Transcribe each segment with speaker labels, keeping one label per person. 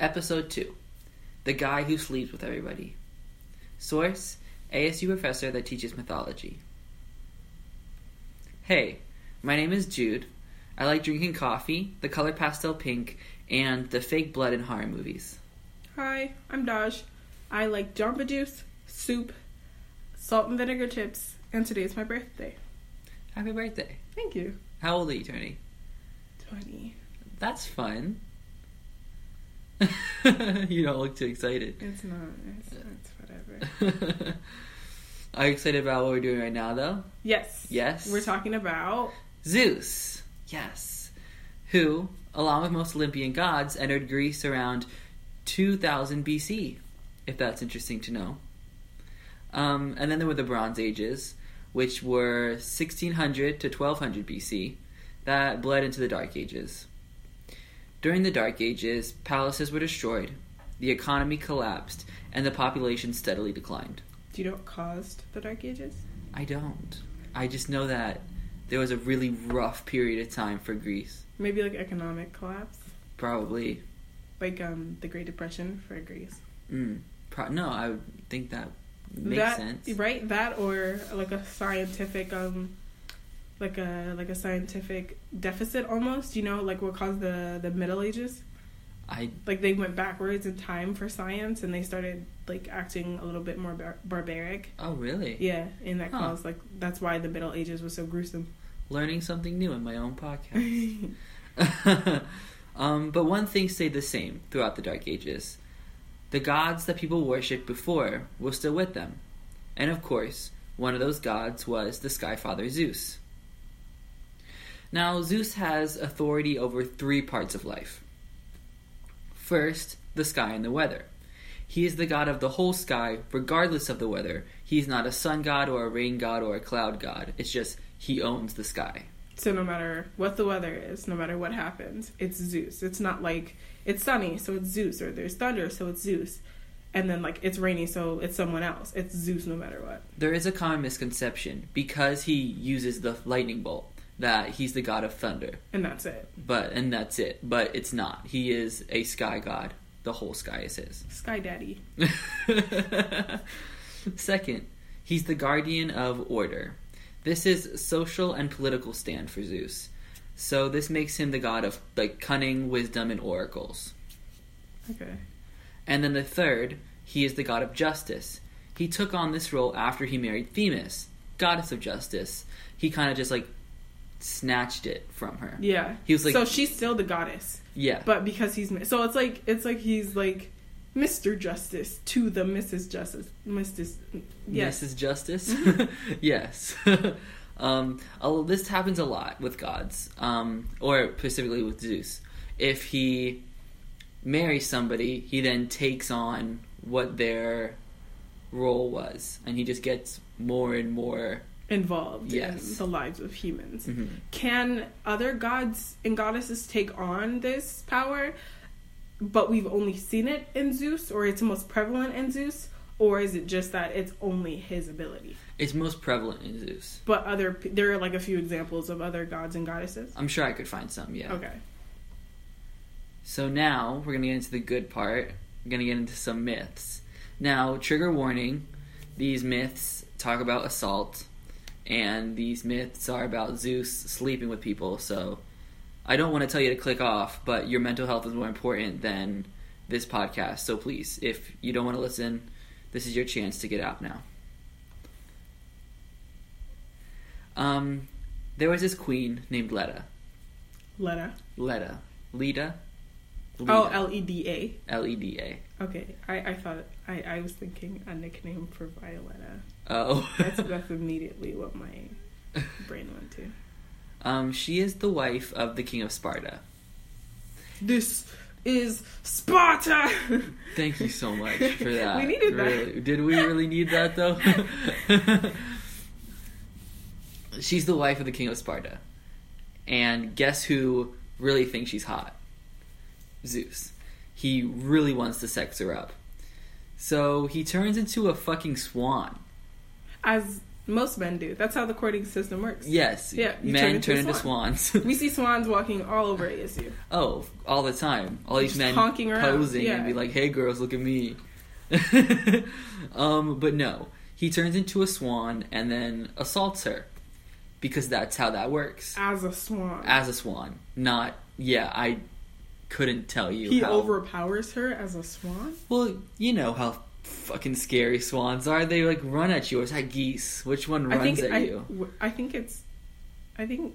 Speaker 1: Episode 2 The Guy Who Sleeps with Everybody. Source ASU professor that teaches mythology. Hey, my name is Jude. I like drinking coffee, the color pastel pink, and the fake blood and horror movies.
Speaker 2: Hi, I'm Daj. I like Jamba Juice, soup, salt and vinegar chips, and today's my birthday.
Speaker 1: Happy birthday.
Speaker 2: Thank you.
Speaker 1: How old are you, Tony?
Speaker 2: 20.
Speaker 1: That's fun. you don't look too excited.
Speaker 2: It's not. It's, it's whatever.
Speaker 1: Are you excited about what we're doing right now, though?
Speaker 2: Yes.
Speaker 1: Yes.
Speaker 2: We're talking about.
Speaker 1: Zeus, yes, who, along with most Olympian gods, entered Greece around 2000 BC, if that's interesting to know. Um, and then there were the Bronze Ages, which were 1600 to 1200 BC, that bled into the Dark Ages. During the Dark Ages, palaces were destroyed, the economy collapsed, and the population steadily declined.
Speaker 2: Do you know what caused the Dark Ages?
Speaker 1: I don't. I just know that there was a really rough period of time for Greece.
Speaker 2: Maybe like economic collapse?
Speaker 1: Probably.
Speaker 2: Like um the Great Depression for Greece.
Speaker 1: Mm, pro- no, I would think that makes
Speaker 2: that,
Speaker 1: sense.
Speaker 2: Right? That or like a scientific. um like a like a scientific deficit almost, you know, like what caused the the Middle Ages.
Speaker 1: I
Speaker 2: like they went backwards in time for science and they started like acting a little bit more bar- barbaric
Speaker 1: oh really?
Speaker 2: yeah and that
Speaker 1: Huh.
Speaker 2: caused like that's why the middle ages was so gruesome
Speaker 1: Learning something new in my own podcast.
Speaker 2: yeah
Speaker 1: um, but one thing stayed the same throughout the Dark Ages: the gods that people worshipped before were still with them, and of course, one of those gods was the Sky Father Zeus. Now, Zeus has authority over three parts of life. First, the sky and the weather. He is the god of the whole sky, regardless of the weather. He's not a sun god or a rain god or a cloud god. It's just he owns the sky.
Speaker 2: so no matter what the weather is no matter what happens it's zeus it's not like it's sunny so it's zeus or there's thunder so it's zeus and then like it's rainy so it's someone else it's zeus no matter what
Speaker 1: There is a common misconception because he uses the lightning bolt that he's the god of thunder,
Speaker 2: and that's it
Speaker 1: but and that's it. But it's not. He is a sky god. The whole sky is his.
Speaker 2: sky daddy
Speaker 1: Second, he's the guardian of order. This is social and political stand for Zeus. So this makes him the god of like cunning, wisdom, and oracles.
Speaker 2: okay
Speaker 1: And then the third, he is the god of justice. He took on this role after he married Themis, goddess of justice. He kind of just like snatched it from her.
Speaker 2: yeah
Speaker 1: He was like-
Speaker 2: so she's still the goddess
Speaker 1: Yeah.
Speaker 2: but because he's so it's like it's like he's like Mr. Justice to the Mrs. Justice, Mrs. Yes, Mm-hmm.
Speaker 1: Mrs. Justice? yes. um, although this happens a lot with gods, um, or specifically with Zeus. If he marries somebody, he then takes on what their role was, and he just gets more and more.
Speaker 2: involved in
Speaker 1: Yes.
Speaker 2: the lives of humans.
Speaker 1: Mhm.
Speaker 2: Can other gods and goddesses take on this power? But we've only seen it in Zeus, or it's most prevalent in Zeus, or is it just that it's only his ability?
Speaker 1: It's most prevalent in Zeus.
Speaker 2: But other p- there are like a few examples of other gods and goddesses.
Speaker 1: I'm sure I could find some, yeah.
Speaker 2: Okay,
Speaker 1: So now we're going to get into the good part. We're going to get into some myths. Now, trigger warning these myths talk about assault, and these myths are about Zeus sleeping with people. So I don't want to tell you to click off, but your mental health is more important than this podcast. So please, if you don't want to listen, this is your chance to get out now. Um, there was this queen named Leda.
Speaker 2: Leda.
Speaker 1: Leda. Leda.
Speaker 2: Oh, L E D A.
Speaker 1: L E D A.
Speaker 2: Okay, I, I thought I, I was thinking a nickname for Violetta.
Speaker 1: Oh.
Speaker 2: That's that's immediately what my brain went to.
Speaker 1: um, she is the wife of the king of Sparta.
Speaker 2: This is Sparta.
Speaker 1: Thank you so much for that.
Speaker 2: We needed that.
Speaker 1: Really- Did we really need that though? she's the wife of the king of Sparta, and guess who really thinks she's hot? Zeus. He really wants to sex her up. So he turns into a fucking swan.
Speaker 2: As Most men do. That's how the courting system works.
Speaker 1: Yes.
Speaker 2: Yeah, you
Speaker 1: Men turn
Speaker 2: turn into
Speaker 1: into,
Speaker 2: a
Speaker 1: swans.
Speaker 2: We see swans walking all over ASU.
Speaker 1: oh, all the time. All these
Speaker 2: Just
Speaker 1: men
Speaker 2: honking around,
Speaker 1: posing
Speaker 2: yeah.
Speaker 1: and be like, "Hey, girls, look at me." um, but no, he turns into a swan and then assaults her because that's how that works.
Speaker 2: As a swan.
Speaker 1: As a swan, not yeah. I couldn't tell you.
Speaker 2: he
Speaker 1: how,
Speaker 2: overpowers her as a swan?
Speaker 1: Well, you know how fucking scary swans are. They like run at you. Or is that geese? Which one runs
Speaker 2: I think
Speaker 1: at
Speaker 2: I,
Speaker 1: you?
Speaker 2: w- I think it's I think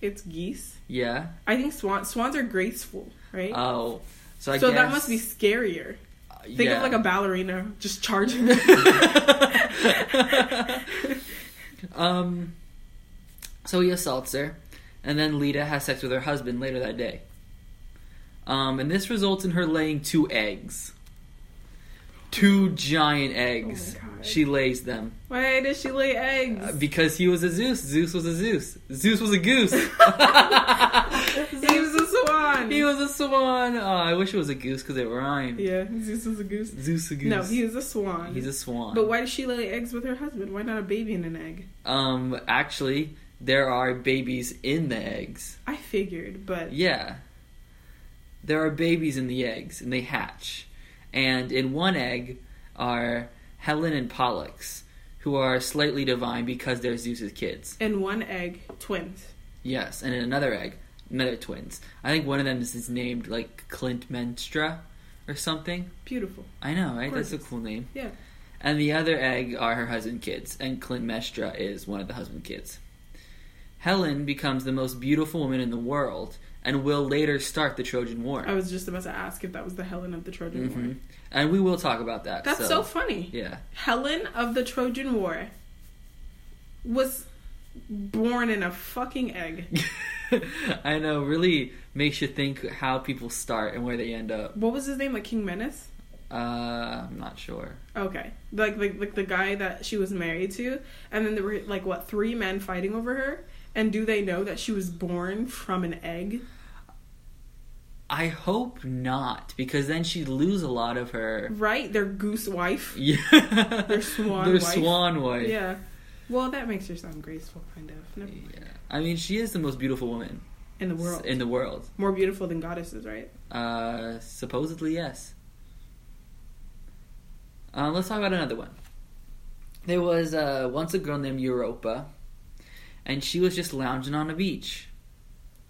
Speaker 2: it's geese.
Speaker 1: Yeah.
Speaker 2: I think swans swans are graceful, right?
Speaker 1: Oh, so I
Speaker 2: so that
Speaker 1: guess-
Speaker 2: must be scarier. Think
Speaker 1: yeah.
Speaker 2: of like a ballerina just charging.
Speaker 1: um, so he assaults her, and then Lita has sex with her husband later that day. Um, and this results in her laying two eggs. Two giant eggs.
Speaker 2: Oh my God.
Speaker 1: she lays them.
Speaker 2: Why does she lay eggs?
Speaker 1: Uh, because he was a Zeus. Zeus was a Zeus. Zeus was a goose.
Speaker 2: Zeus is a swan.
Speaker 1: Uh, he was a swan. Oh, I wish it was a goose because it rhymed.
Speaker 2: yeah, Zeus is a goose.
Speaker 1: Zeus a goose.
Speaker 2: No, he is a swan.
Speaker 1: He's a swan.
Speaker 2: But why does she lay eggs with her husband? Why not a baby in an egg?
Speaker 1: Um, actually, there are babies in the eggs.
Speaker 2: I figured, but
Speaker 1: Yeah. There are babies in the eggs, and they hatch. And in one egg are Helen and Pollux, who are slightly divine because they're Zeus's kids.
Speaker 2: in one egg, twins.
Speaker 1: Yes, and in another egg, another twins. I think one of them is, is named, like, Clint Menstra or something.
Speaker 2: Beautiful.
Speaker 1: I know, right? That's a
Speaker 2: Gorgeous.
Speaker 1: cool name.
Speaker 2: Yeah.
Speaker 1: And the other egg are her husband kids, and Clint Mestra is one of the husband kids. Helen becomes the most beautiful woman in the world and will later start the Trojan War.
Speaker 2: I was just about to ask if that was the Helen of the Trojan War.
Speaker 1: Mhm. And we will talk about that.
Speaker 2: Mm-hmm. That's so, funny.
Speaker 1: yeah.
Speaker 2: Helen of the Trojan War was born in a fucking egg.
Speaker 1: I know, really makes you think how people start and where they end up.
Speaker 2: What was his name? Like King Menace?
Speaker 1: Uh, I'm not sure.
Speaker 2: Okay, like like like the guy that she was married to, and then there were like what three men fighting over her. And do they know that she was born from an egg?
Speaker 1: I hope not, because then she'd lose a lot of her.
Speaker 2: Right, their goose wife.
Speaker 1: Yeah.
Speaker 2: Their swan
Speaker 1: Their
Speaker 2: wife.
Speaker 1: swan wife.
Speaker 2: Yeah. Well, that makes her sound graceful, kind of, Never-
Speaker 1: Yeah. I mean, she is the most beautiful woman
Speaker 2: in the world.
Speaker 1: In the world.
Speaker 2: More beautiful than goddesses, right?
Speaker 1: Uh, supposedly, yes. Uh, let's talk about another one. There was uh, once a girl named Europa, and she was just lounging on a beach.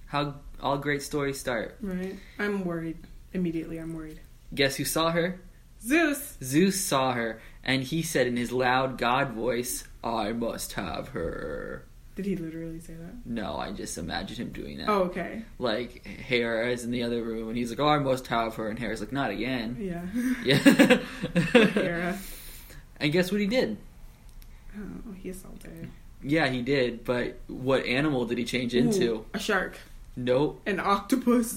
Speaker 1: How all great stories start.
Speaker 2: Right. I'm worried. Immediately, I'm worried.
Speaker 1: Guess who saw her?
Speaker 2: Zeus.
Speaker 1: Zeus saw her, and he said in his loud god voice, I must have her.
Speaker 2: Did he literally say that?
Speaker 1: No, I just imagine him doing that.
Speaker 2: Oh, okay.
Speaker 1: Like, Hera is in the other room, and he's like, Oh, I must have her. And Hera's like, Not again.
Speaker 2: Yeah.
Speaker 1: Yeah.
Speaker 2: Hera.
Speaker 1: And guess what he did?
Speaker 2: Oh, he assaulted. her.
Speaker 1: Yeah, he did, but what animal did he change into?
Speaker 2: Ooh, a shark.
Speaker 1: Nope.
Speaker 2: An octopus.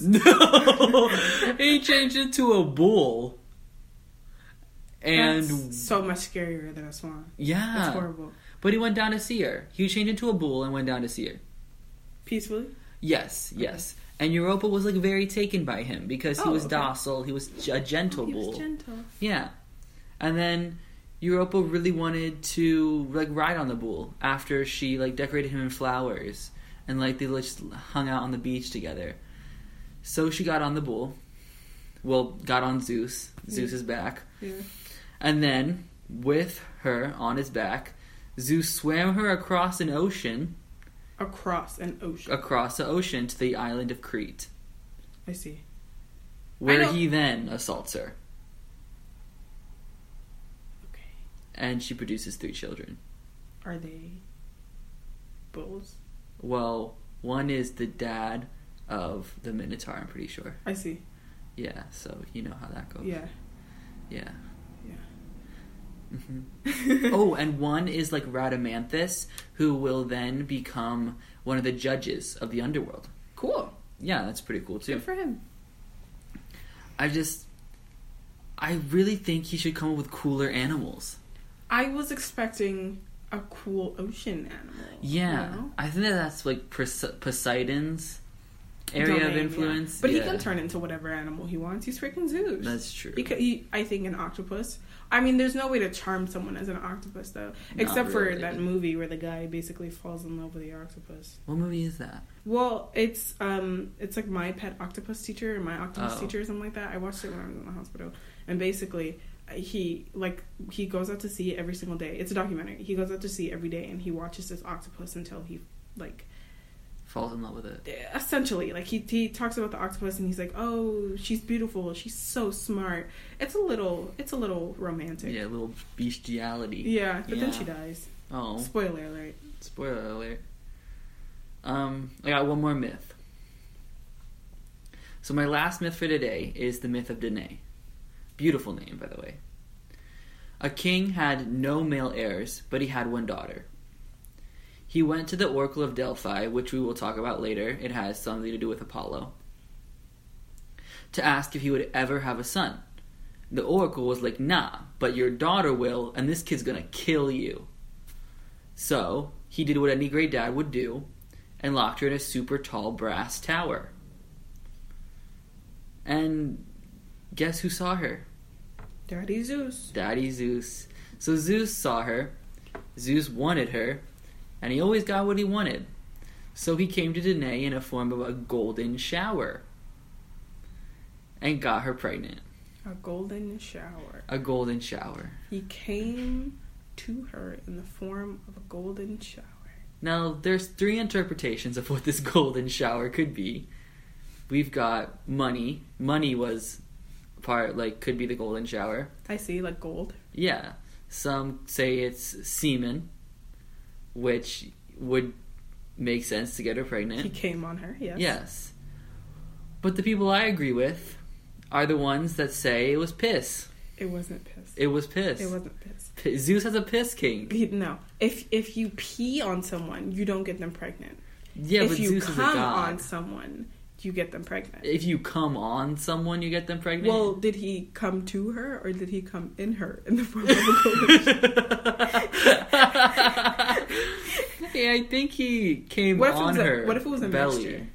Speaker 1: No! he changed into a bull. And Ah.
Speaker 2: That's so much scarier than a swan. That's
Speaker 1: yeah.
Speaker 2: horrible.
Speaker 1: But he went down to see her. He changed into a bull and went down to see her.
Speaker 2: Peacefully.
Speaker 1: Yes, yes. And Europa was like very taken by him because he
Speaker 2: Oh,
Speaker 1: was
Speaker 2: okay.
Speaker 1: docile, he was g- a gentle
Speaker 2: He
Speaker 1: bull.
Speaker 2: was gentle.
Speaker 1: Yeah. And then Europa really wanted to like ride on the bull after she like decorated him in flowers and like they just hung out on the beach together. So she got on the bull. Well, got on Zeus. Zeus is back.
Speaker 2: Yeah.
Speaker 1: And then with her on his back, Zeus swam her across an ocean,
Speaker 2: Across an ocean.
Speaker 1: across the ocean to the island of Crete,
Speaker 2: I see.
Speaker 1: where
Speaker 2: know-
Speaker 1: he then assaults her
Speaker 2: Okay.
Speaker 1: and she produces three children.
Speaker 2: Are they bulls?
Speaker 1: Well, one is the dad of the Minotaur, I'm pretty sure.
Speaker 2: I see.
Speaker 1: Yeah, so you know how that goes.
Speaker 2: Yeah.
Speaker 1: Yeah. hmm
Speaker 2: Yeah.
Speaker 1: oh, and one is like Radamanthus, who will then become one of the judges of the underworld.
Speaker 2: cool.
Speaker 1: Yeah, that's pretty cool too.
Speaker 2: Good for him.
Speaker 1: I just. I really think he should come up with cooler animals.
Speaker 2: I was expecting a cool ocean animal.
Speaker 1: Yeah.
Speaker 2: you know?
Speaker 1: I think that that's like Pos- Poseidon's area
Speaker 2: Domain,
Speaker 1: of
Speaker 2: yeah.
Speaker 1: influence.
Speaker 2: But he
Speaker 1: yeah.
Speaker 2: can turn into whatever animal he wants. He's freaking Zeus.
Speaker 1: That's true.
Speaker 2: He could eat, I think, an octopus. I mean, there's no way to charm someone as an octopus, though.
Speaker 1: Not
Speaker 2: Except for
Speaker 1: really.
Speaker 2: that movie where the guy basically falls in love with the octopus.
Speaker 1: What movie is that?
Speaker 2: Well, it's um, it's like my pet octopus teacher or my octopus
Speaker 1: Oh.
Speaker 2: teacher or something like that. I watched it when I was in the hospital, and basically, uh, he like he goes out to sea every single day. It's a documentary. He goes out to sea every day, and he watches this octopus until he like
Speaker 1: Falls in love with it.
Speaker 2: essentially like he, he talks about the octopus and he's like oh she's beautiful she's so smart it's a little it's a little romantic
Speaker 1: Yeah, a little bestiality.
Speaker 2: Yeah, but then
Speaker 1: Yeah.
Speaker 2: she dies
Speaker 1: Oh,
Speaker 2: spoiler alert
Speaker 1: spoiler alert. Um, I got one more myth. So my last myth for today is the myth of Danae. Beautiful name, by the way. A king had no male heirs, but he had one daughter. He went to the Oracle of Delphi, which we will talk about later. It has something to do with Apollo. To ask if he would ever have a son. The Oracle was like, nah, but your daughter will, and this kid's gonna kill you. So he did what any great dad would do and locked her in a super tall brass tower. And guess who saw her?
Speaker 2: daddy zeus
Speaker 1: Daddy Zeus. So Zeus saw her. Zeus wanted her, and he always got what he wanted. So he came to Danae in a form of a golden shower and got her pregnant.
Speaker 2: a golden shower
Speaker 1: A golden shower.
Speaker 2: he came to her in the form of a golden shower
Speaker 1: Now, there's three interpretations of what this golden shower could be. We've got money. Money was part, like, could be the golden shower.
Speaker 2: i see like gold
Speaker 1: Yeah. Some say it's semen, which would make sense to get her
Speaker 2: he
Speaker 1: pregnant.
Speaker 2: came on her yes
Speaker 1: Yes. But the people I agree with are the ones that say it was piss.
Speaker 2: it wasn't piss
Speaker 1: It was piss.
Speaker 2: it wasn't piss
Speaker 1: P- Zeus has a piss king.
Speaker 2: He- no if if you pee on someone you don't get them pregnant
Speaker 1: Yeah,
Speaker 2: if
Speaker 1: but
Speaker 2: you
Speaker 1: Zeus is a
Speaker 2: come
Speaker 1: god.
Speaker 2: on someone you get them pregnant
Speaker 1: If you come on someone, you get them pregnant.
Speaker 2: Well, did he come to her or did he come in her in the form of a golden
Speaker 1: yeah, I think he came
Speaker 2: What if it
Speaker 1: on
Speaker 2: was a-
Speaker 1: her.
Speaker 2: what if it was a
Speaker 1: belly.
Speaker 2: mixture?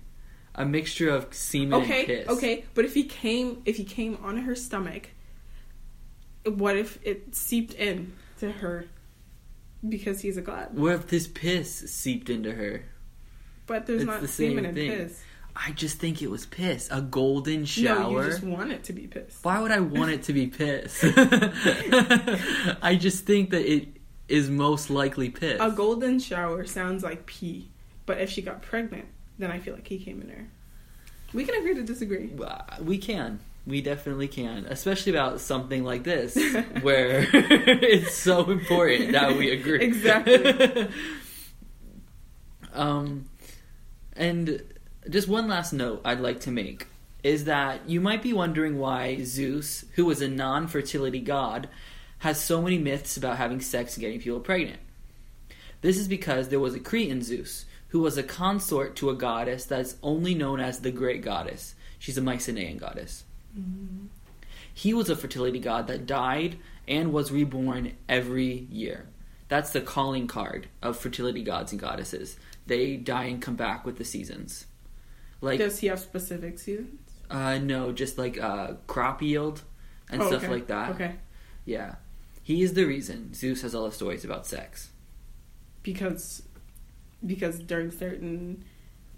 Speaker 1: A mixture of semen and
Speaker 2: Okay,
Speaker 1: piss.
Speaker 2: okay, but if he came if he came on her stomach, what if it seeped in to her because he's a god?
Speaker 1: What if this piss seeped into her?
Speaker 2: But there's
Speaker 1: It's
Speaker 2: not
Speaker 1: the same
Speaker 2: semen and
Speaker 1: thing.
Speaker 2: piss.
Speaker 1: I just think it was piss. A golden
Speaker 2: No,
Speaker 1: shower.
Speaker 2: you just want it to be piss.
Speaker 1: Why would I want it to be piss? I just think that it is most likely piss.
Speaker 2: A golden shower sounds like pee, but if she got pregnant, then I feel like he came in her. We can agree to disagree.
Speaker 1: Uh, we can. We definitely can, especially about something like this, where it's so important that we agree.
Speaker 2: Exactly.
Speaker 1: um, and just one last note I'd like to make is that you might be wondering why Zeus, who was a non fertility god, has so many myths about having sex and getting people pregnant. This is because there was a Cretan Zeus, who was a consort to a goddess that's only known as the Great Goddess. She's a Mycenaean goddess. He was a fertility god that died and was reborn every year. That's the calling card of fertility gods and goddesses. They die and come back with the seasons. Like
Speaker 2: Does he have specific seasons?
Speaker 1: uh no, just like uh crop yield and
Speaker 2: Oh,
Speaker 1: stuff
Speaker 2: okay.
Speaker 1: like that.
Speaker 2: Okay.
Speaker 1: Yeah. He is the reason Zeus has all the stories about sex.
Speaker 2: because because during certain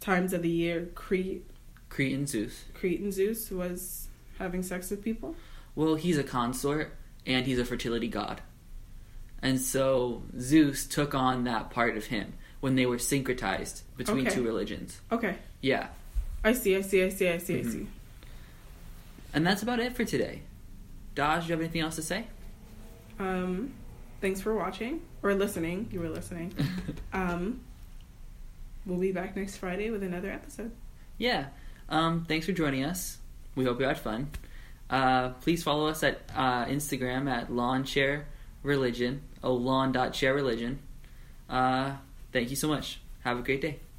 Speaker 2: times of the year Crete
Speaker 1: Cretan Zeus.
Speaker 2: Crete and Zeus was having sex with people.
Speaker 1: Well, he's a consort and he's a fertility god. And so Zeus took on that part of him when they were syncretized between
Speaker 2: Okay.
Speaker 1: two religions.
Speaker 2: Okay.
Speaker 1: Yeah.
Speaker 2: I see, I see, I see, I see,
Speaker 1: Mm-hmm.
Speaker 2: I see.
Speaker 1: And that's about it for today. Dodge, do you have anything else to say?
Speaker 2: Um thanks for watching or listening. You were listening. um we'll be back next Friday with another episode.
Speaker 1: yeah. Um, thanks for joining us. We hope you had fun. Uh, please follow us at uh, Instagram at Lawn Chair Religion. Oh, lawn.chairreligion. Uh, thank you so much. Have a great day.